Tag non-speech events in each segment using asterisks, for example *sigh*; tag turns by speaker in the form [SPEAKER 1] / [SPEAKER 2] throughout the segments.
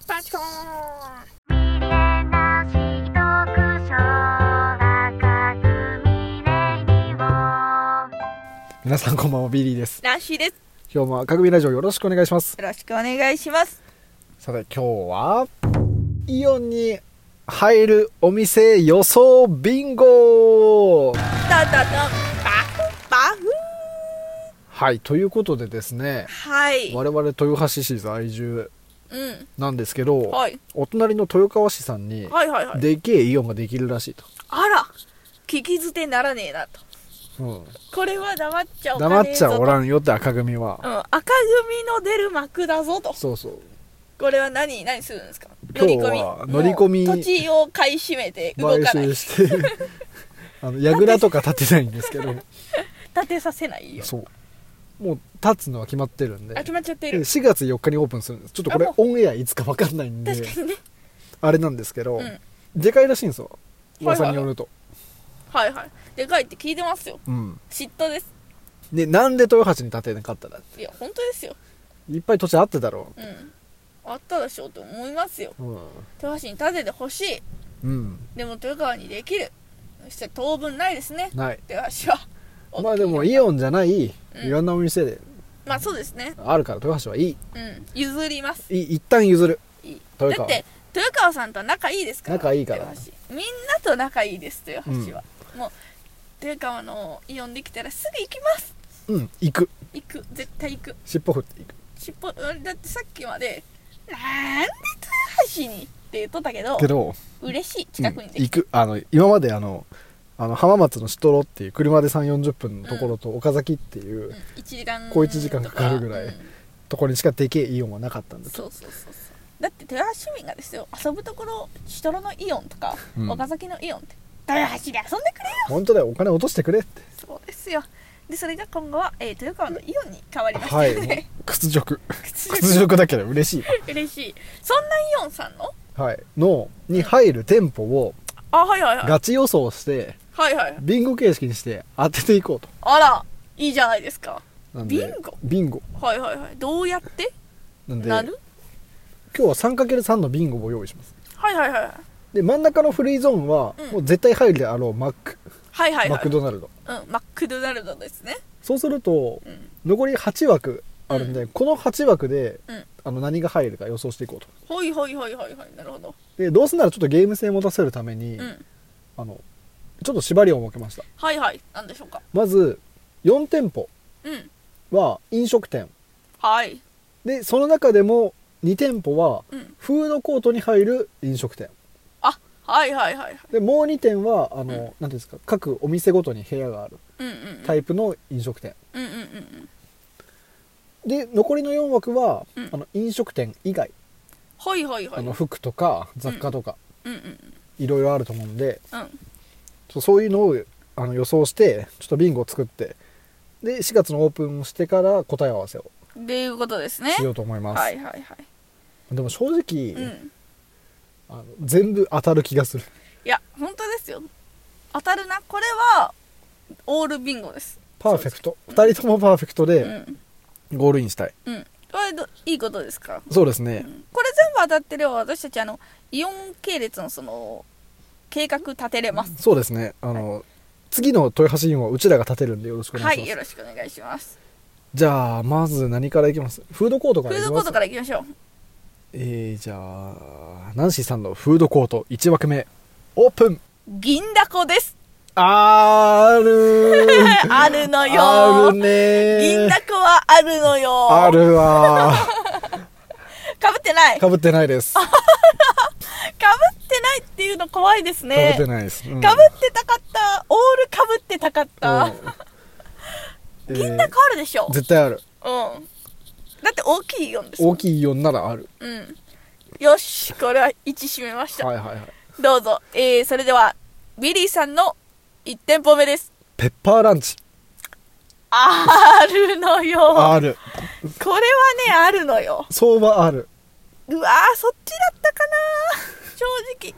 [SPEAKER 1] しく
[SPEAKER 2] 皆さんこんばんはビリーです
[SPEAKER 1] ナンシーです
[SPEAKER 2] 今日も赤組ラジオよろしくお願いします
[SPEAKER 1] よろしくお願いします
[SPEAKER 2] さて今日はイオンに入るお店予想ビンゴ
[SPEAKER 1] たたたバフバフ
[SPEAKER 2] はいということでですね
[SPEAKER 1] はい
[SPEAKER 2] 我々豊橋市在住
[SPEAKER 1] うん
[SPEAKER 2] なんですけど、
[SPEAKER 1] はい
[SPEAKER 2] お隣の豊川市さんに
[SPEAKER 1] はいはいはい
[SPEAKER 2] でけえイオンができるらしいと、
[SPEAKER 1] あら聞き捨てならねえなと
[SPEAKER 2] うん、
[SPEAKER 1] これは黙っちゃおかね
[SPEAKER 2] 黙っ
[SPEAKER 1] え
[SPEAKER 2] ち
[SPEAKER 1] ぞ
[SPEAKER 2] ゃ
[SPEAKER 1] と
[SPEAKER 2] おらんよって赤組は、
[SPEAKER 1] うん、赤組の出る幕だぞと
[SPEAKER 2] そうそう
[SPEAKER 1] これは何何するんですか
[SPEAKER 2] 今日は乗り込み
[SPEAKER 1] もう土地を買い占めて動か
[SPEAKER 2] 買
[SPEAKER 1] ない
[SPEAKER 2] 収して *laughs* あの櫓とか立てないんですけど
[SPEAKER 1] 立てさせないよ
[SPEAKER 2] そうもう立つのは決まってるんで
[SPEAKER 1] あ決まっちゃって
[SPEAKER 2] で
[SPEAKER 1] る
[SPEAKER 2] 4月4日にオープンするんですちょっとこ
[SPEAKER 1] あ
[SPEAKER 2] れ
[SPEAKER 1] も
[SPEAKER 2] オンエアいつか分かんないんで
[SPEAKER 1] 確かにね
[SPEAKER 2] あれなんですけど、
[SPEAKER 1] うん
[SPEAKER 2] でかいらしいんですよ
[SPEAKER 1] はいはい
[SPEAKER 2] 噂によると、
[SPEAKER 1] はいはいでかいって聞いてますよ
[SPEAKER 2] うん
[SPEAKER 1] 嫉妬です
[SPEAKER 2] でなんで豊橋に建てなかったら
[SPEAKER 1] いや本当ですよ
[SPEAKER 2] いっぱい土地あってたろ
[SPEAKER 1] うんあったでしょうと思いますよ
[SPEAKER 2] ううん、
[SPEAKER 1] 豊橋に立ててほしい
[SPEAKER 2] うん、
[SPEAKER 1] でも豊川にできるそして当分ないですね
[SPEAKER 2] ない
[SPEAKER 1] 豊橋は
[SPEAKER 2] まあでもイオンじゃないい
[SPEAKER 1] うん
[SPEAKER 2] ろんなお店で
[SPEAKER 1] まあそうですね
[SPEAKER 2] あるから豊橋はいい
[SPEAKER 1] うん譲ります
[SPEAKER 2] い一旦譲る
[SPEAKER 1] いいだっ
[SPEAKER 2] 豊川
[SPEAKER 1] て豊川さんとは仲いいですから
[SPEAKER 2] 仲いいから
[SPEAKER 1] 豊橋みんなと仲いいです豊橋は、もう豊川のイオンできたらすぐ行きます
[SPEAKER 2] うん行く
[SPEAKER 1] 行く絶対行く
[SPEAKER 2] 尻尾振っていく
[SPEAKER 1] 尻尾うんだってさっきまでなんで豊橋にって言っとったけど
[SPEAKER 2] けど、
[SPEAKER 1] 嬉しい
[SPEAKER 2] うん
[SPEAKER 1] 近くにでき
[SPEAKER 2] 行くあの今まであのあの浜松のシトロっていう車で3 4 0分のところと岡崎っていう、
[SPEAKER 1] うん1時間
[SPEAKER 2] 小一時間かかるぐらい
[SPEAKER 1] うん
[SPEAKER 2] ところにしかでけえイオンはなかったんです
[SPEAKER 1] そうそうそうそうだって豊橋市民がですよ遊ぶところシトロのイオンとか、
[SPEAKER 2] うん
[SPEAKER 1] 岡崎のイオンって豊橋で遊んでくれよ
[SPEAKER 2] 本当だよお金落としてくれって
[SPEAKER 1] そうですよでそれが今後は、えー、豊川のイオンに変わりました
[SPEAKER 2] はい
[SPEAKER 1] よ
[SPEAKER 2] もう
[SPEAKER 1] *laughs* ね、
[SPEAKER 2] 屈辱
[SPEAKER 1] 屈辱
[SPEAKER 2] 屈辱だけど嬉し
[SPEAKER 1] 嬉しいそんなイオンさんの
[SPEAKER 2] い、はい、のに入る店舗を
[SPEAKER 1] あはいはいはい
[SPEAKER 2] ガチ予想して
[SPEAKER 1] はいはい
[SPEAKER 2] ビンゴ形式にして当てていこうと
[SPEAKER 1] あらいいじゃないですか
[SPEAKER 2] なんで
[SPEAKER 1] ビンゴ
[SPEAKER 2] ビンゴ
[SPEAKER 1] はいはいはいどうやって
[SPEAKER 2] なんで
[SPEAKER 1] な
[SPEAKER 2] 今
[SPEAKER 1] る
[SPEAKER 2] 日は 3×3 のビンゴを用意します
[SPEAKER 1] はいはいはい
[SPEAKER 2] で真ん中のフリーゾーンは
[SPEAKER 1] うん
[SPEAKER 2] もう絶対入るであろうマック、
[SPEAKER 1] はいはいはい
[SPEAKER 2] マクドナルド
[SPEAKER 1] うん、マクドナルドですね
[SPEAKER 2] そうすると
[SPEAKER 1] うん
[SPEAKER 2] 残り8枠あるんで、この8枠で、
[SPEAKER 1] うん
[SPEAKER 2] あの何が入るか予想していこうと
[SPEAKER 1] ほいほいほいほいほいなるほど
[SPEAKER 2] でどうせならちょっとゲーム性持たせるために、
[SPEAKER 1] うん
[SPEAKER 2] あのちょっと縛りを設けました
[SPEAKER 1] はいはいなんでしょうか
[SPEAKER 2] まず4店舗
[SPEAKER 1] うん
[SPEAKER 2] は飲食店
[SPEAKER 1] はい
[SPEAKER 2] でその中でも2店舗は
[SPEAKER 1] うん
[SPEAKER 2] フードコートに入る飲食店
[SPEAKER 1] あはいはいはいはい
[SPEAKER 2] でもう2店はあの、なんていうんですか各お店ごとに部屋がある
[SPEAKER 1] うんうんうん
[SPEAKER 2] タイプの飲食店
[SPEAKER 1] うんうんうんうん
[SPEAKER 2] で残りの4枠は、
[SPEAKER 1] うん
[SPEAKER 2] あの飲食店以外、
[SPEAKER 1] ほいほいほ
[SPEAKER 2] あ
[SPEAKER 1] い
[SPEAKER 2] の服とか雑貨とか、
[SPEAKER 1] うんうん
[SPEAKER 2] いろいろあると思うんで
[SPEAKER 1] うんうん
[SPEAKER 2] ちょそういうのをあの予想してちょっとビンゴを作ってで4月のオープンをしてから答え合わせを
[SPEAKER 1] っていうことですね
[SPEAKER 2] しようと思います、
[SPEAKER 1] はいはいは
[SPEAKER 2] でも正直、
[SPEAKER 1] いうん
[SPEAKER 2] あの全部当たる気がする
[SPEAKER 1] いや本当ですよ当たるなこれはオールビンゴです
[SPEAKER 2] パーフェクト2人ともパーフェクト
[SPEAKER 1] う
[SPEAKER 2] で
[SPEAKER 1] ん
[SPEAKER 2] ゴールインしたい、
[SPEAKER 1] うんこれどいいことですか
[SPEAKER 2] そうですね
[SPEAKER 1] うんこれ全部当たってれば私たちあのイオン系列のその計画立てれます
[SPEAKER 2] そうですねあの、次の豊橋インはうちらが立てるんでよろしくお願
[SPEAKER 1] はい
[SPEAKER 2] しま
[SPEAKER 1] い
[SPEAKER 2] す、
[SPEAKER 1] よろしくお願いします
[SPEAKER 2] じゃあまず何からいきますフードコートか
[SPEAKER 1] フ
[SPEAKER 2] らい
[SPEAKER 1] ー
[SPEAKER 2] き
[SPEAKER 1] ドコ
[SPEAKER 2] ま
[SPEAKER 1] ー
[SPEAKER 2] す
[SPEAKER 1] トからいきましょう
[SPEAKER 2] えー、じゃあナンシーさんのフードコート1枠目オープン
[SPEAKER 1] 銀だこです
[SPEAKER 2] *laughs* ある
[SPEAKER 1] *laughs* あるのよ
[SPEAKER 2] あるね
[SPEAKER 1] 銀だこはあるのよ
[SPEAKER 2] あるわー
[SPEAKER 1] かぶってないか
[SPEAKER 2] かぶってな
[SPEAKER 1] *laughs*
[SPEAKER 2] いです。か
[SPEAKER 1] ぶってないっていうの怖いです
[SPEAKER 2] ぶっ
[SPEAKER 1] ね
[SPEAKER 2] てないです。うん
[SPEAKER 1] かぶってたかったオールかぶってたかった、*laughs*
[SPEAKER 2] うん
[SPEAKER 1] 銀だこあるでしょ
[SPEAKER 2] えー絶対ある。
[SPEAKER 1] うんだって大きいイオンですもん
[SPEAKER 2] 大きい4ならある。
[SPEAKER 1] うんよしこれは一致締めました、
[SPEAKER 2] はいはいはい。
[SPEAKER 1] どうぞえー、それではビリーさんの1店舗目です
[SPEAKER 2] ペッパーランチ。
[SPEAKER 1] あるのよ
[SPEAKER 2] ある。
[SPEAKER 1] これはねあるのよ
[SPEAKER 2] 相場ある。
[SPEAKER 1] うわーそっちだったかな正直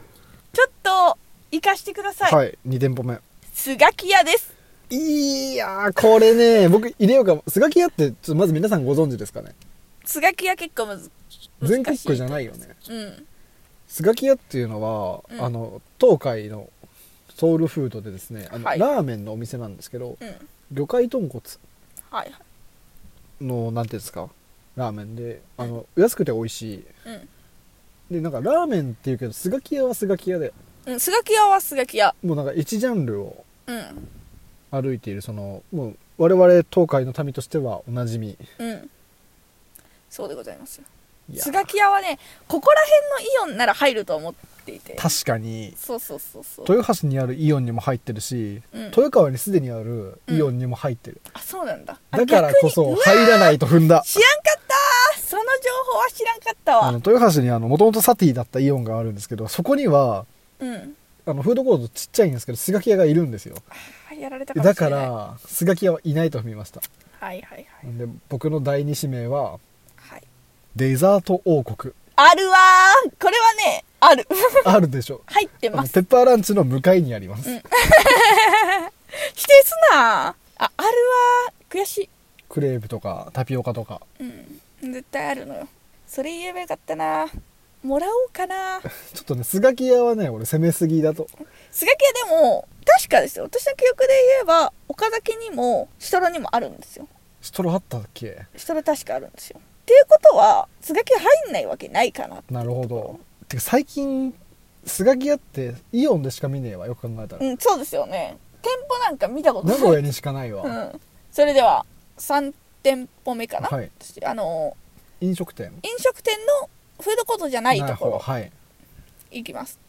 [SPEAKER 1] ちょっと行かしてください、
[SPEAKER 2] はい。2店舗目。
[SPEAKER 1] スガキ屋です
[SPEAKER 2] いやー、これね、僕入れようか。スガキ屋って、ちょっとまず皆さんご存知ですかね。
[SPEAKER 1] スガキ屋結構むず
[SPEAKER 2] 全国区じゃないよね
[SPEAKER 1] うん
[SPEAKER 2] スガキ屋っていうのは、
[SPEAKER 1] うん
[SPEAKER 2] あの東海のソウルフードでですねあの、
[SPEAKER 1] はい
[SPEAKER 2] ラーメンのお店なんですけど
[SPEAKER 1] うん
[SPEAKER 2] 魚介豚骨
[SPEAKER 1] はいはい
[SPEAKER 2] のなんていうんですかラーメンであの安くて美味しい
[SPEAKER 1] うん
[SPEAKER 2] でなんかラーメンっていうけどスガキ屋はスガキ屋で
[SPEAKER 1] うんスガキ屋はスガキ屋
[SPEAKER 2] もうなんか一ジャンルを
[SPEAKER 1] うん
[SPEAKER 2] 歩いているそのもう我々東海の民としてはおなじみ
[SPEAKER 1] うんそうでございますよ
[SPEAKER 2] いや
[SPEAKER 1] スガキ屋はねここら辺のイオンなら入ると思っていて
[SPEAKER 2] 確かに
[SPEAKER 1] そうそうそうそう
[SPEAKER 2] 豊橋にあるイオンにも入ってるし、
[SPEAKER 1] うん
[SPEAKER 2] 豊川にすでにあるイオンにも入ってる、
[SPEAKER 1] あそうなんだ
[SPEAKER 2] だからこ
[SPEAKER 1] あ逆
[SPEAKER 2] そ
[SPEAKER 1] にうわ
[SPEAKER 2] 入らないと踏んだ
[SPEAKER 1] 知らんかったその情報は知らんかった
[SPEAKER 2] あ
[SPEAKER 1] わ
[SPEAKER 2] の豊橋にもともとサティだったイオンがあるんですけどそこには
[SPEAKER 1] うん
[SPEAKER 2] あのフードコートちっちゃいんですけどスガキ屋がいるんですよ
[SPEAKER 1] あやられたかもしれな
[SPEAKER 2] だ
[SPEAKER 1] い
[SPEAKER 2] からスガキ屋はいないと踏みました
[SPEAKER 1] はいはいはい
[SPEAKER 2] で僕の第二指名は
[SPEAKER 1] はい
[SPEAKER 2] デザート王国
[SPEAKER 1] *laughs* あるわーこれはねある *laughs*
[SPEAKER 2] あるでしょ
[SPEAKER 1] 入って
[SPEAKER 2] あの
[SPEAKER 1] ます
[SPEAKER 2] ペッパーランチの向かいにあります、
[SPEAKER 1] 否定すなああるわー悔しい
[SPEAKER 2] クレープとかタピオカとか
[SPEAKER 1] うん絶対あるのよそれ言えばよかったなもらおうかな
[SPEAKER 2] ちょっとねスガキ屋はね俺攻めすぎだと
[SPEAKER 1] スガキ屋でも確かですよ私の記憶で言えば岡崎にもシトロにもあるんですよ
[SPEAKER 2] ストローあったっけ
[SPEAKER 1] シトロ確かあるんですよっていうことはスガキ屋入んないわけないかな
[SPEAKER 2] なるほどてか最近スガキ屋ってイオンでしか見ねえわよく考えたら、
[SPEAKER 1] うんそうですよね店舗なんか見たことな
[SPEAKER 2] 名
[SPEAKER 1] い
[SPEAKER 2] 古屋にしかないわ、
[SPEAKER 1] うん、それでは3店舗目かな、
[SPEAKER 2] はい
[SPEAKER 1] あの
[SPEAKER 2] 飲食店
[SPEAKER 1] 飲食店のフードコートじゃないところ
[SPEAKER 2] はい
[SPEAKER 1] 行きます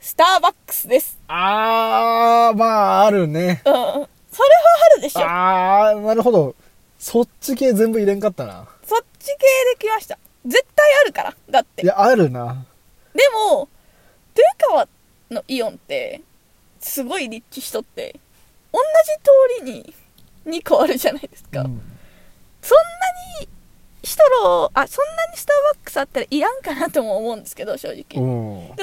[SPEAKER 1] スターバックスです
[SPEAKER 2] あーまああるね
[SPEAKER 1] うんそれはあるでしょ
[SPEAKER 2] あーなるほどそっち系全部入れんかったな
[SPEAKER 1] そっち系で来ました絶対あるからだって
[SPEAKER 2] い
[SPEAKER 1] で
[SPEAKER 2] やあるな
[SPEAKER 1] も豊川のイオンってすごい立地しとって同じ通りに2個あるじゃないですか、
[SPEAKER 2] うん
[SPEAKER 1] そんなにシトロあそんなにスターバックスあったらいらんかなとも思うんですけど正直、
[SPEAKER 2] うん
[SPEAKER 1] でもそんなに置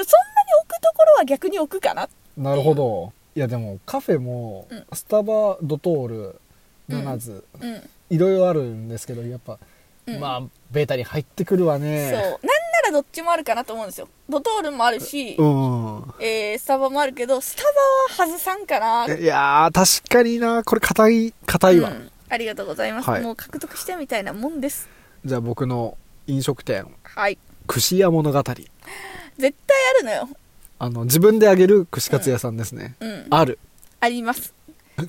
[SPEAKER 1] くところは逆に置くかな
[SPEAKER 2] なるほどいやでもカフェも
[SPEAKER 1] うん
[SPEAKER 2] スタバドトールナナズ
[SPEAKER 1] うん、
[SPEAKER 2] いろいろあるんですけどやっぱ、
[SPEAKER 1] うん
[SPEAKER 2] まあベータに入ってくるわ
[SPEAKER 1] そうなん
[SPEAKER 2] ね
[SPEAKER 1] ならどっちもあるかなと思うんですよドトールもあるし、
[SPEAKER 2] うん
[SPEAKER 1] えースタバもあるけどスタバは外さんかなう
[SPEAKER 2] いやー確かになこれ硬い硬いわ、
[SPEAKER 1] んありがとうございます、
[SPEAKER 2] はい
[SPEAKER 1] もう獲得してみたいなもんです
[SPEAKER 2] じゃあ僕の飲食店
[SPEAKER 1] はい
[SPEAKER 2] 串屋物語
[SPEAKER 1] 絶対あるのよ
[SPEAKER 2] あの自分であげる串カツ屋さんですね、
[SPEAKER 1] うん
[SPEAKER 2] ある
[SPEAKER 1] あります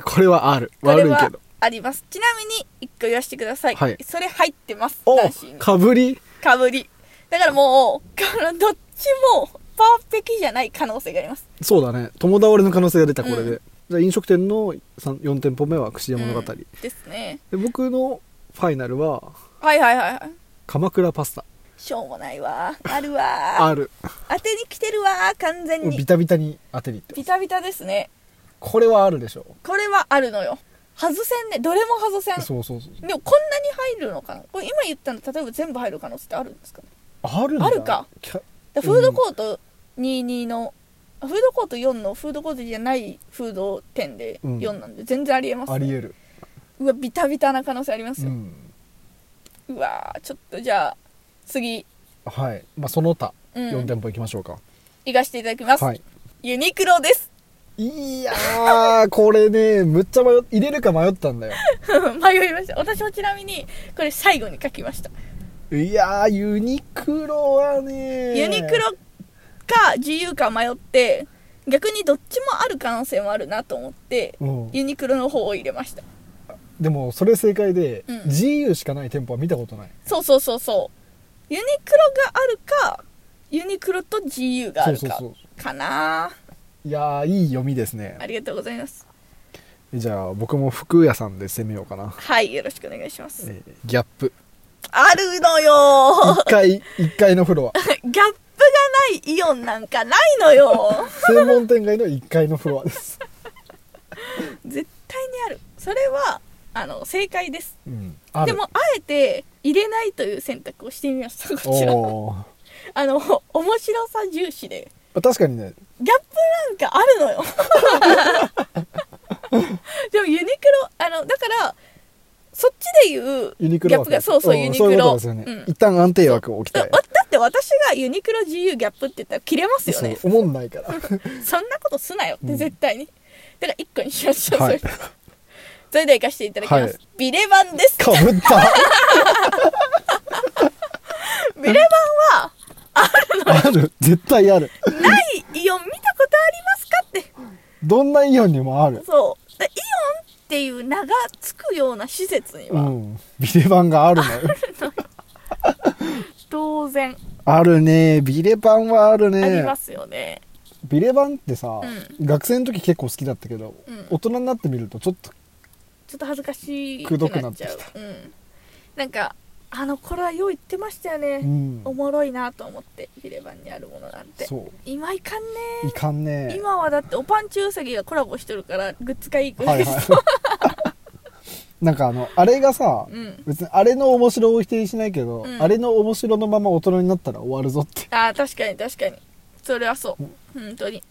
[SPEAKER 2] これはある
[SPEAKER 1] これ
[SPEAKER 2] 悪いけ
[SPEAKER 1] は
[SPEAKER 2] ど
[SPEAKER 1] ありますちなみに一個言わせてください、
[SPEAKER 2] はい
[SPEAKER 1] それ入ってます
[SPEAKER 2] お
[SPEAKER 1] 男子に
[SPEAKER 2] かぶり
[SPEAKER 1] かぶりだからもうこのどっちもパーペキじゃない可能性があります
[SPEAKER 2] そうだね友倒れの可能性が出たこれで、
[SPEAKER 1] うん
[SPEAKER 2] じゃあ飲食店の4店舗目は串屋物語、
[SPEAKER 1] うんですね
[SPEAKER 2] で僕のファイナルは
[SPEAKER 1] はいはいはいはい
[SPEAKER 2] 鎌倉パスタ
[SPEAKER 1] しょうもないわあるわ
[SPEAKER 2] ある
[SPEAKER 1] 当てに来てるわ完全
[SPEAKER 2] ビ
[SPEAKER 1] に
[SPEAKER 2] タビタに当てにいって
[SPEAKER 1] ビタビタですね
[SPEAKER 2] これはあるでしょ
[SPEAKER 1] これはあるのよ外せんねどれも外せん
[SPEAKER 2] そうそうそう
[SPEAKER 1] でもこんなに入るのかなこれ今言ったの例えば全部入る可能性ってあるんですかね
[SPEAKER 2] あるんだ
[SPEAKER 1] あるか
[SPEAKER 2] キャ
[SPEAKER 1] だからフードコート22の、あフードコート4のフードコートじゃないフード店で
[SPEAKER 2] うん
[SPEAKER 1] 4なんで全然ありえます、ね
[SPEAKER 2] ありえる、
[SPEAKER 1] うわビタビタな可能性あります
[SPEAKER 2] う
[SPEAKER 1] よ、
[SPEAKER 2] ん、
[SPEAKER 1] うわーちょっとじゃあ次、
[SPEAKER 2] はいまあその他
[SPEAKER 1] うん、
[SPEAKER 2] 4店舗行きましょうか、
[SPEAKER 1] 行かせていただきます、
[SPEAKER 2] はい
[SPEAKER 1] ユニクロです *laughs*
[SPEAKER 2] いやーこれねむっちゃ迷っ入れるか迷ったんだよ
[SPEAKER 1] 迷いました私もちなみにこれ最後に書きました
[SPEAKER 2] いやーユニクロはね
[SPEAKER 1] ユニクロか GU か迷って逆にどっちもある可能性もあるなと思って
[SPEAKER 2] うん
[SPEAKER 1] ユニクロの方を入れました
[SPEAKER 2] でもそれ正解で、
[SPEAKER 1] うん
[SPEAKER 2] GU しかない店舗は見たことない
[SPEAKER 1] そうそうそうそうユニクロがあるかユニクロと GU があるか
[SPEAKER 2] そうそうそ
[SPEAKER 1] かな
[SPEAKER 2] ういやーいい読みですね
[SPEAKER 1] ありがとうございます
[SPEAKER 2] じゃあ僕も服屋さんで攻めよう
[SPEAKER 1] *laughs*
[SPEAKER 2] かな、
[SPEAKER 1] はいよろしくお願いします
[SPEAKER 2] えーギャップ
[SPEAKER 1] あるの
[SPEAKER 2] *laughs*
[SPEAKER 1] よ
[SPEAKER 2] 1階1階のフロ
[SPEAKER 1] *laughs*
[SPEAKER 2] ア
[SPEAKER 1] ギャップがないイオンなんかないのよ
[SPEAKER 2] 専門店街の1階のフロ
[SPEAKER 1] *laughs*
[SPEAKER 2] アです、
[SPEAKER 1] 絶対にあるそれはあの正解です
[SPEAKER 2] うん、あ
[SPEAKER 1] で
[SPEAKER 2] る
[SPEAKER 1] もあえて入れないという選択をしてみましたこちら
[SPEAKER 2] おー
[SPEAKER 1] あの面白さ重視で
[SPEAKER 2] 確かにね
[SPEAKER 1] ギャップなんかあるの
[SPEAKER 2] *laughs*
[SPEAKER 1] よでもユニクロあのだからそっちで言う
[SPEAKER 2] ユニク
[SPEAKER 1] ギャ
[SPEAKER 2] ロ
[SPEAKER 1] ップ
[SPEAKER 2] 枠
[SPEAKER 1] がそうそう、
[SPEAKER 2] ん
[SPEAKER 1] ユニ
[SPEAKER 2] そう
[SPEAKER 1] ク
[SPEAKER 2] いうこと
[SPEAKER 1] ロ
[SPEAKER 2] ですよね、
[SPEAKER 1] うん
[SPEAKER 2] 一旦安定枠を置きた
[SPEAKER 1] だ
[SPEAKER 2] い
[SPEAKER 1] だって私がユニクロ GU ギャップって言ったら切れますよ
[SPEAKER 2] そう
[SPEAKER 1] ね
[SPEAKER 2] 思んないから
[SPEAKER 1] *laughs* そんなことすなよっ
[SPEAKER 2] う
[SPEAKER 1] て
[SPEAKER 2] ん
[SPEAKER 1] 絶対に、だから一個にしましょう、
[SPEAKER 2] はい
[SPEAKER 1] それそれでは行かせていただきます、
[SPEAKER 2] はい
[SPEAKER 1] ビレ版です
[SPEAKER 2] かぶ
[SPEAKER 1] *laughs*
[SPEAKER 2] った
[SPEAKER 1] ビレ版は
[SPEAKER 2] ある絶対ある
[SPEAKER 1] ないイオン見たことありますかって
[SPEAKER 2] どんなイオンにもある
[SPEAKER 1] そうだイオンっていう名が付くような施設に
[SPEAKER 2] う
[SPEAKER 1] は
[SPEAKER 2] んビレ版があるのよ
[SPEAKER 1] *laughs* 当然
[SPEAKER 2] あるねビレ版はある
[SPEAKER 1] あり
[SPEAKER 2] ね
[SPEAKER 1] ますよね、
[SPEAKER 2] ビレ版ってさ、
[SPEAKER 1] う
[SPEAKER 2] 学生の時結構好きだったけど、
[SPEAKER 1] うん
[SPEAKER 2] 大人になってみるとちょっと
[SPEAKER 1] ちょっと恥ずかしい
[SPEAKER 2] くどくな
[SPEAKER 1] っ
[SPEAKER 2] って
[SPEAKER 1] ち
[SPEAKER 2] きた
[SPEAKER 1] ゃううん、なんかあの頃はよう言ってましたよね、
[SPEAKER 2] うん
[SPEAKER 1] おもろいなと思ってビレ版にあるものなんて
[SPEAKER 2] そ
[SPEAKER 1] 今いかんね
[SPEAKER 2] ういかんね
[SPEAKER 1] 今はだっておパンチウサギがコラボしてるからグッズがいいくら
[SPEAKER 2] はい
[SPEAKER 1] *laughs*
[SPEAKER 2] い
[SPEAKER 1] です、
[SPEAKER 2] はいなんかあのあれがさ、
[SPEAKER 1] うん
[SPEAKER 2] 別にあれの面白を否定しないけど、
[SPEAKER 1] うん
[SPEAKER 2] あれの面白のまま大人になったら終わるぞって
[SPEAKER 1] ああ確かに確かにそれはそう本当に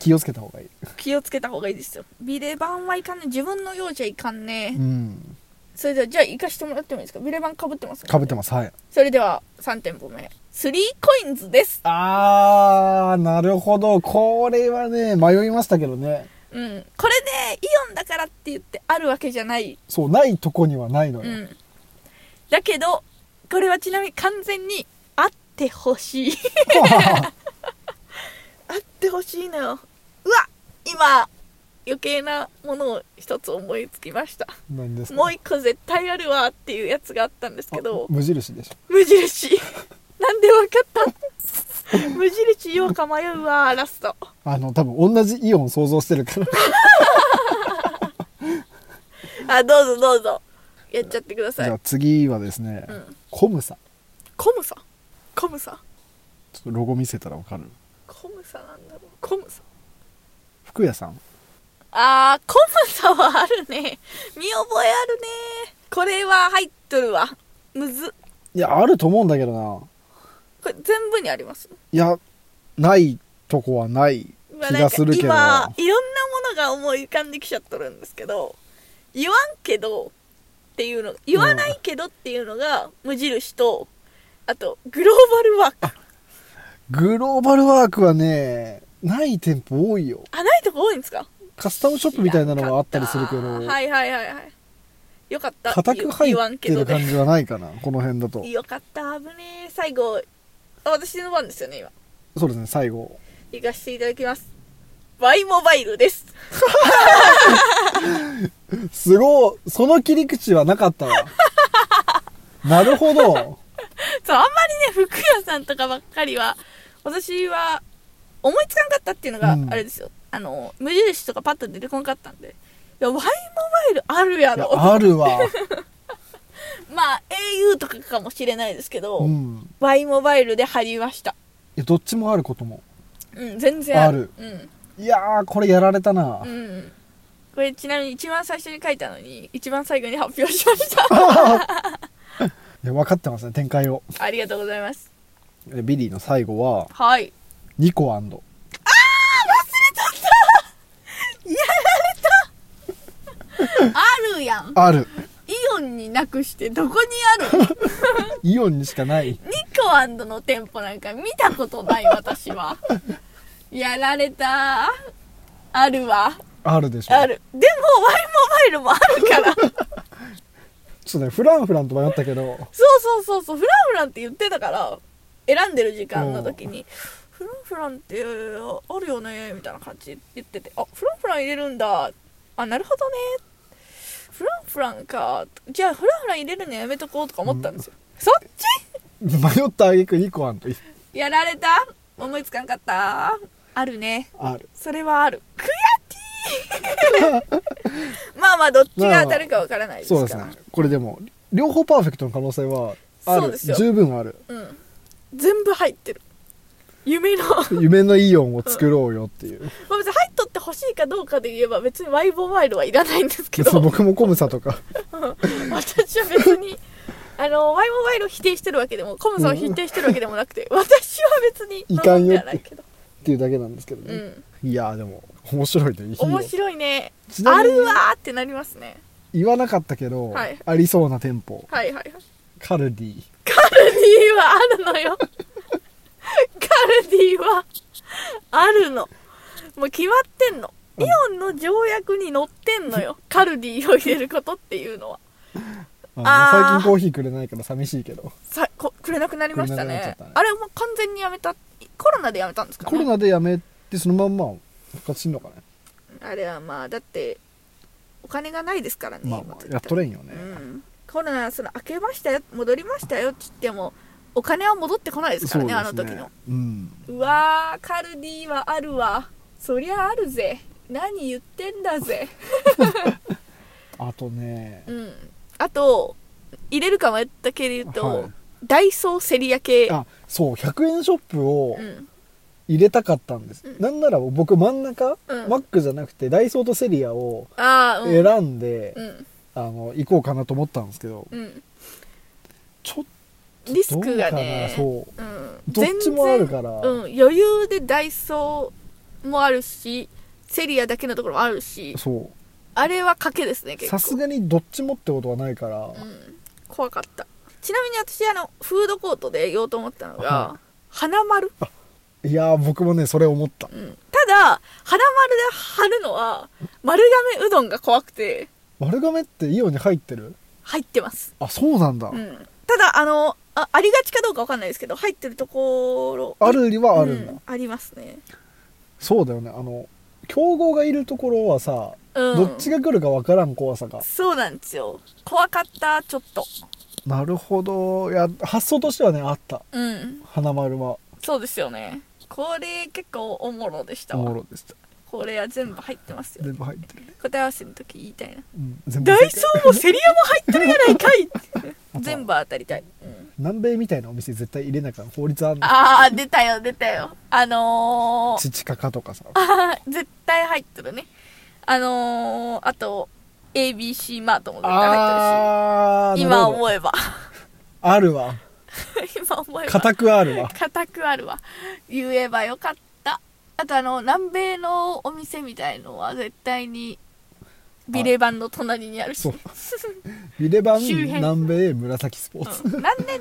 [SPEAKER 2] 気をつけた方がいい、
[SPEAKER 1] 気をつけた方がいいですよビレ版はいかんね自分のようじゃいかんね
[SPEAKER 2] うん
[SPEAKER 1] それではじゃあ行かしてもらってもいいですかビレ版かぶってます
[SPEAKER 2] かぶって
[SPEAKER 1] ます
[SPEAKER 2] ますはい
[SPEAKER 1] それでは3店舗目スリーコインズです
[SPEAKER 2] あーなるほどこれはね迷いましたけどね
[SPEAKER 1] うんこれねイオンだからって言ってあるわけじゃない
[SPEAKER 2] そうないとこにはないの
[SPEAKER 1] う
[SPEAKER 2] よ、
[SPEAKER 1] んだけどこれはちなみに完全にあってほしい *laughs* あってほしいのようわ今余計なものを一つ思いつきました
[SPEAKER 2] *laughs* なんですか
[SPEAKER 1] もう一個絶対あるわっていうやつがあったんですけど
[SPEAKER 2] あ無印でしょ
[SPEAKER 1] 無印 *laughs* なんでわかった *laughs* 無印言おうか迷うわラスト
[SPEAKER 2] あの多分同じイオン想像してるから
[SPEAKER 1] あどうぞどうぞやっちゃってくだ
[SPEAKER 2] じ
[SPEAKER 1] さ
[SPEAKER 2] ゃあ
[SPEAKER 1] い
[SPEAKER 2] 次はですね、
[SPEAKER 1] うん
[SPEAKER 2] コムサ
[SPEAKER 1] コムサコムサ
[SPEAKER 2] ちょっとロゴ見せたらわかる
[SPEAKER 1] コムサなんだろうコムサ
[SPEAKER 2] 服屋さん
[SPEAKER 1] あー、コムサはあるね。見覚えあるね。これは入っとるわ。むずっ。
[SPEAKER 2] いやあると思うんだけどな
[SPEAKER 1] これ全部にあります。
[SPEAKER 2] いやないとこはない気がするけど
[SPEAKER 1] うわなんか今、いろんなものが思い浮かんできちゃっとるんですけど、言わんけどっていうの、言わないけどっていうのが無印と、あと、グローバルワーク。あ、
[SPEAKER 2] グローバルワークはねない店舗多いよ
[SPEAKER 1] ないとこ多いんですか
[SPEAKER 2] カスタムショップみたいなのはあったりするけど
[SPEAKER 1] はいはいはいはい。よかった。
[SPEAKER 2] 固く入
[SPEAKER 1] 言わ
[SPEAKER 2] っ
[SPEAKER 1] ん
[SPEAKER 2] て
[SPEAKER 1] けど
[SPEAKER 2] る
[SPEAKER 1] で
[SPEAKER 2] 感じはないかなこの辺だと
[SPEAKER 1] よかった、危ねえ。最後、あ私の番ですよね、今。
[SPEAKER 2] そうですね最後
[SPEAKER 1] 行かせていただきます。バイモバイルです。
[SPEAKER 2] すごいその切り口はな
[SPEAKER 1] *laughs*
[SPEAKER 2] かったわなるほど
[SPEAKER 1] そう、あんまりね、服屋さんとかばっかりは、私は思いつかんかったっていうのが
[SPEAKER 2] う、ん
[SPEAKER 1] あれですよ。あの、無印とかパッと出てこんかったんで。いや、ワイモバイルあるや
[SPEAKER 2] いや
[SPEAKER 1] ろ。
[SPEAKER 2] あるわ
[SPEAKER 1] まあ、au とかかもしれないですけど、
[SPEAKER 2] うん
[SPEAKER 1] ワイモバイルで入りました。
[SPEAKER 2] いやどっちもあることも
[SPEAKER 1] うん、全然ある。
[SPEAKER 2] いやーこれやられたな、
[SPEAKER 1] うん。うん。これちなみに一番最初に書いたのに、一番最後に発表しました。
[SPEAKER 2] *laughs* いや分かってますね展開を
[SPEAKER 1] ありがとうございます。
[SPEAKER 2] えビリーの最後は
[SPEAKER 1] はい。
[SPEAKER 2] ニコアンド
[SPEAKER 1] あるやん。
[SPEAKER 2] ある
[SPEAKER 1] イオンになくしてどこにある
[SPEAKER 2] イオンにしかない
[SPEAKER 1] ニコアンドの店舗なんか見たことない私 *laughs* はやられたあるわ
[SPEAKER 2] あるでしょ
[SPEAKER 1] あるでもワイモバイルもあるから *laughs* そう
[SPEAKER 2] ちょっとねフランフランと迷ったけど
[SPEAKER 1] そうそうそうフランフランって言ってたから選んでる時間の時にフランフランってあるよねみたいな感じで言っててあフランフラン入れるんだあなるほどねフランフランかじゃあフランフラン入れるのやめとこうとか思ったんですよ、そっち
[SPEAKER 2] 迷った挙句ニコアンド
[SPEAKER 1] やられた思いつかんかったあるね
[SPEAKER 2] ある
[SPEAKER 1] それはある悔しい *laughs* まあまあどっちが当たるかわからないですか
[SPEAKER 2] そう
[SPEAKER 1] ら、
[SPEAKER 2] ですねこれでも両方パーフェクトの可能性はあ
[SPEAKER 1] そう
[SPEAKER 2] る
[SPEAKER 1] ですよ
[SPEAKER 2] 十分ある
[SPEAKER 1] うん、全部入ってる夢のまあ
[SPEAKER 2] 夢のイオンを作ろうよっていう
[SPEAKER 1] 別に入っとってほしいかどうかで言えば別にワイボワイルはいらないんですけど
[SPEAKER 2] そう僕もコムサとか
[SPEAKER 1] *laughs* 私は別にあのワイモバイルを否定してるわけでもコムさんを否定してるわけでもなくて、私は別に
[SPEAKER 2] いかん
[SPEAKER 1] 望で
[SPEAKER 2] よって
[SPEAKER 1] はないけど、
[SPEAKER 2] っていうだけなんですけど
[SPEAKER 1] う
[SPEAKER 2] ね、
[SPEAKER 1] ん、
[SPEAKER 2] いやーでも面白いねいいよ
[SPEAKER 1] 面白いね
[SPEAKER 2] ちな
[SPEAKER 1] あ
[SPEAKER 2] みに
[SPEAKER 1] るわーってなりますね
[SPEAKER 2] 言わなかったけど、
[SPEAKER 1] はい
[SPEAKER 2] ありそうな店舗
[SPEAKER 1] はいはいはい
[SPEAKER 2] カルディ
[SPEAKER 1] カルディはあるのよカルディはあるのもう決まってんのイオンの条約に載ってんのよカルディを入れることっていうのは
[SPEAKER 2] あ
[SPEAKER 1] あー
[SPEAKER 2] 最近コーヒーくれないから寂しいけど
[SPEAKER 1] さこくれなくなりました
[SPEAKER 2] くれなくなっ
[SPEAKER 1] ね
[SPEAKER 2] ちゃったね
[SPEAKER 1] あれもう完全にやめたコロナでやめたんですか、ね、
[SPEAKER 2] コロナでやめてそのまんま復活しんのかね
[SPEAKER 1] あれはまあだってお金がないですからね、
[SPEAKER 2] まあ
[SPEAKER 1] 今
[SPEAKER 2] ま
[SPEAKER 1] と
[SPEAKER 2] あ
[SPEAKER 1] 言
[SPEAKER 2] やっと
[SPEAKER 1] も
[SPEAKER 2] れんよね、
[SPEAKER 1] うん、コロナその明けましたよ戻りましたよって言ってもお金は戻ってこないですからねあの時の
[SPEAKER 2] うん
[SPEAKER 1] うわーカルディはあるわそりゃあるぜ何言ってんだぜ
[SPEAKER 2] あとね
[SPEAKER 1] うんあと入れるか迷った系で言うと、
[SPEAKER 2] はい
[SPEAKER 1] ダイソーセリア系
[SPEAKER 2] あそう100円ショップを
[SPEAKER 1] うん
[SPEAKER 2] 入れたかったんです、
[SPEAKER 1] うん
[SPEAKER 2] なんなら僕真ん中、
[SPEAKER 1] うん
[SPEAKER 2] マックじゃなくてダイソーとセリアを
[SPEAKER 1] ああうん
[SPEAKER 2] 選んで、
[SPEAKER 1] うん
[SPEAKER 2] あの行こうかなと思ったんですけど
[SPEAKER 1] うん
[SPEAKER 2] ちょっ
[SPEAKER 1] リス
[SPEAKER 2] とど
[SPEAKER 1] ク
[SPEAKER 2] う
[SPEAKER 1] が
[SPEAKER 2] かな、
[SPEAKER 1] ね
[SPEAKER 2] そう
[SPEAKER 1] うん
[SPEAKER 2] どっちもあるから
[SPEAKER 1] 全然うん、余裕でダイソーもあるしセリアだけのところもあるし
[SPEAKER 2] そ
[SPEAKER 1] あれは賭けですね
[SPEAKER 2] う
[SPEAKER 1] 結構
[SPEAKER 2] さすがにどっちもってことはないから、
[SPEAKER 1] うん、怖かったちなみに私あのフードコートで言おうと思ったの
[SPEAKER 2] は
[SPEAKER 1] が花丸、
[SPEAKER 2] いやー僕もねそれ思った
[SPEAKER 1] うん、ただ花丸で貼るのは丸亀うどんが怖くて
[SPEAKER 2] 丸亀ってイオンに入ってる
[SPEAKER 1] 入ってます、
[SPEAKER 2] あそうなんだ、
[SPEAKER 1] うん、ただあのあありがちかどうかわかんないですけど入ってるところ
[SPEAKER 2] あるにはあるんだ、
[SPEAKER 1] うありますね、
[SPEAKER 2] そうだよねあの競合がいるところはさ、
[SPEAKER 1] うん、
[SPEAKER 2] どっちが来るかわからん怖さが
[SPEAKER 1] そうなんですよ怖かったちょっと
[SPEAKER 2] なるほどいや発想としてはねあった
[SPEAKER 1] うん
[SPEAKER 2] 花丸は
[SPEAKER 1] そうですよねこれ結構おもろでした
[SPEAKER 2] おも
[SPEAKER 1] わ
[SPEAKER 2] ろでした
[SPEAKER 1] これは全部入ってますよ
[SPEAKER 2] 全部入ってるね、
[SPEAKER 1] 答え合わせの時言いたいな
[SPEAKER 2] うん、全部
[SPEAKER 1] ダ
[SPEAKER 2] 正解
[SPEAKER 1] イソーもセリアも入ってるやないか
[SPEAKER 2] *laughs*
[SPEAKER 1] い
[SPEAKER 2] は
[SPEAKER 1] 全部当たりたい、うん
[SPEAKER 2] 南米みたいなお店絶対入れなきゃ法律あんの
[SPEAKER 1] ああ出たよ出たよあのー、
[SPEAKER 2] チチカカとかさ
[SPEAKER 1] あー *laughs* 絶対入ってるねあのー、あと ABC マートも絶対入ってる
[SPEAKER 2] あー
[SPEAKER 1] し
[SPEAKER 2] なる
[SPEAKER 1] 今
[SPEAKER 2] ほど
[SPEAKER 1] 思えば *laughs*
[SPEAKER 2] あるわ
[SPEAKER 1] 今思えば
[SPEAKER 2] 固くあるわ
[SPEAKER 1] 固くあるわ言えばよかったあとあの南米のお店みたいのは絶対にビレバンの隣にあるし、
[SPEAKER 2] そうビレバン
[SPEAKER 1] 周辺
[SPEAKER 2] 南米紫スポーツ、
[SPEAKER 1] *laughs* うんなんで並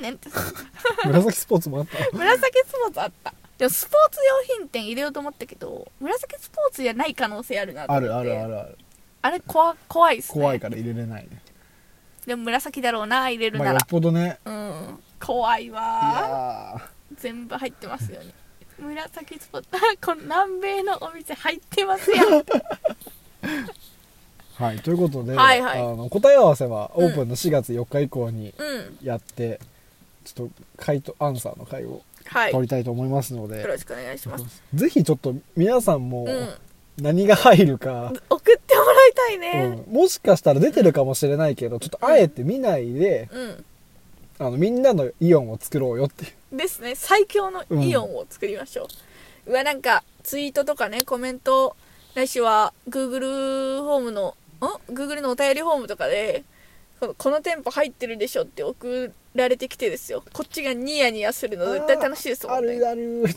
[SPEAKER 1] べんねんって *laughs*
[SPEAKER 2] 紫スポーツもあった
[SPEAKER 1] 紫スポーツあったでもスポーツ用品店入れようと思ったけど紫スポーツじゃない可能性あるなと
[SPEAKER 2] あ
[SPEAKER 1] 思って
[SPEAKER 2] るあるあるある
[SPEAKER 1] あれ怖怖いっすね
[SPEAKER 2] 怖いから入れれないね
[SPEAKER 1] でも紫だろうな入れる
[SPEAKER 2] まあ
[SPEAKER 1] な
[SPEAKER 2] よ
[SPEAKER 1] ら
[SPEAKER 2] っ、ぽどね
[SPEAKER 1] うん怖い
[SPEAKER 2] い
[SPEAKER 1] わ
[SPEAKER 2] や
[SPEAKER 1] 全部入ってますよね紫スポーツ *laughs* この南米のお店入ってます
[SPEAKER 2] *laughs*
[SPEAKER 1] よ
[SPEAKER 2] ーはいということで、
[SPEAKER 1] はいはい
[SPEAKER 2] あの答え合わせはオープンの4月4日以降に
[SPEAKER 1] うん
[SPEAKER 2] やって、ちょっと回答アンサーの回を
[SPEAKER 1] はい
[SPEAKER 2] 取りたいと思いますので、
[SPEAKER 1] よろしくお願いします
[SPEAKER 2] ぜひちょっと皆さんも
[SPEAKER 1] うん
[SPEAKER 2] 何が入るか、
[SPEAKER 1] 送ってもらいたいね
[SPEAKER 2] うんもしかしたら出てるかもしれないけどちょっとあえて見ないで、
[SPEAKER 1] うん、
[SPEAKER 2] あのみんなのイオンを作ろうよっていう
[SPEAKER 1] ですね最強のイオンを作りましょう、うわなんかツイートとかねコメント来週は Google ホームのん Google のお便りホームとかでこのこの店舗入ってるでしょって送られてきてですよこっちがニヤニヤするの絶対楽しいですも
[SPEAKER 2] あ
[SPEAKER 1] んねうわ
[SPEAKER 2] るあるって
[SPEAKER 1] それやる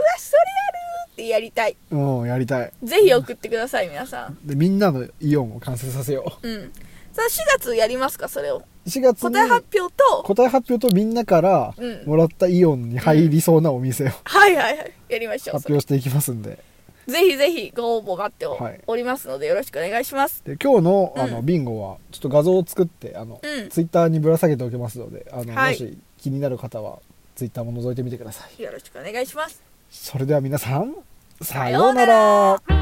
[SPEAKER 1] ーってやりたい
[SPEAKER 2] うんやりたい
[SPEAKER 1] ぜひ送ってください皆さん
[SPEAKER 2] でみんなのイオンを完成させよ
[SPEAKER 1] うんさあ4月やりますかそれを
[SPEAKER 2] う4月に
[SPEAKER 1] 答え発表と
[SPEAKER 2] 答え発表とみんなから
[SPEAKER 1] うん
[SPEAKER 2] もらったイオンに入りそうなお店を
[SPEAKER 1] はいはいはいやりましょう
[SPEAKER 2] 発表していきますんで
[SPEAKER 1] ぜひぜひご応募待っておりますのでよろしくお願いします。
[SPEAKER 2] で今日のあの、
[SPEAKER 1] うん
[SPEAKER 2] ビンゴはちょっと画像を作ってあの、
[SPEAKER 1] うん
[SPEAKER 2] ツイッターにぶら下げておきますのであの、
[SPEAKER 1] はい
[SPEAKER 2] もし気になる方はツイッターも覗いてみてください
[SPEAKER 1] よろしくお願いします。
[SPEAKER 2] それでは皆さんさ
[SPEAKER 1] さ
[SPEAKER 2] ようなら
[SPEAKER 1] ようなら